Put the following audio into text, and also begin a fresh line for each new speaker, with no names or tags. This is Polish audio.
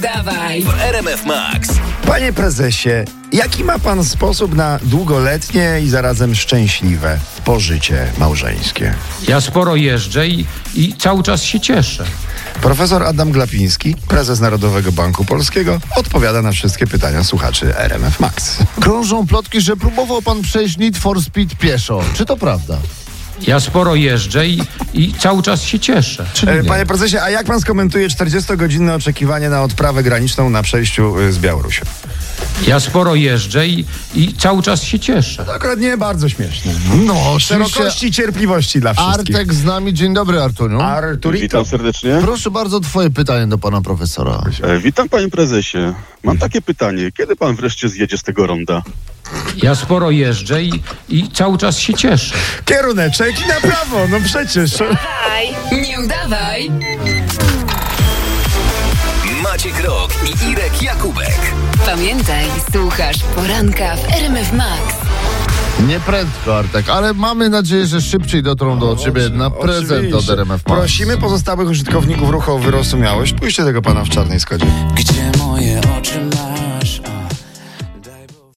dawaj!
w RMF Max.
Panie prezesie, jaki ma pan sposób na długoletnie i zarazem szczęśliwe pożycie małżeńskie?
Ja sporo jeżdżę i, i cały czas się cieszę.
Profesor Adam Glapiński, prezes Narodowego Banku Polskiego, odpowiada na wszystkie pytania słuchaczy RMF Max.
Krążą plotki, że próbował pan przejść Need for Speed pieszo. Czy to prawda?
Ja sporo jeżdżę i, i cały czas się cieszę.
Czyli
E,
nie.
Panie prezesie, a jak pan skomentuje 40-godzinne oczekiwanie na odprawę graniczną na przejściu y, z Białorusią?
Ja sporo jeżdżę i, i cały czas się cieszę.
To akurat nie bardzo śmieszne.
No, oczywiście
Szerokości i cierpliwości dla wszystkich.
Artek z nami. Dzień dobry, Artuniu.
Arturito.
Witam serdecznie.
Proszę bardzo, twoje pytanie do pana profesora.
E, Witam panie prezesie. Mam takie pytanie. Kiedy pan wreszcie zjedzie z tego ronda?
Ja sporo jeżdżę i, i cały czas się cieszę.
Kieruneczek i na prawo, no przecież.
Nie udawaj!
Maciek Rok i Irek Jakubek.
Pamiętaj, słuchasz poranka w RMF Max.
Nie prędko, Artek, ale mamy nadzieję, że szybciej dotrą do ciebie na prezent od
Oczywiście.
RMF. Max.
Prosimy pozostałych użytkowników ruchu o wyrozumiałość. Pójście tego pana w czarnej skodzie.
Gdzie moje oczy mają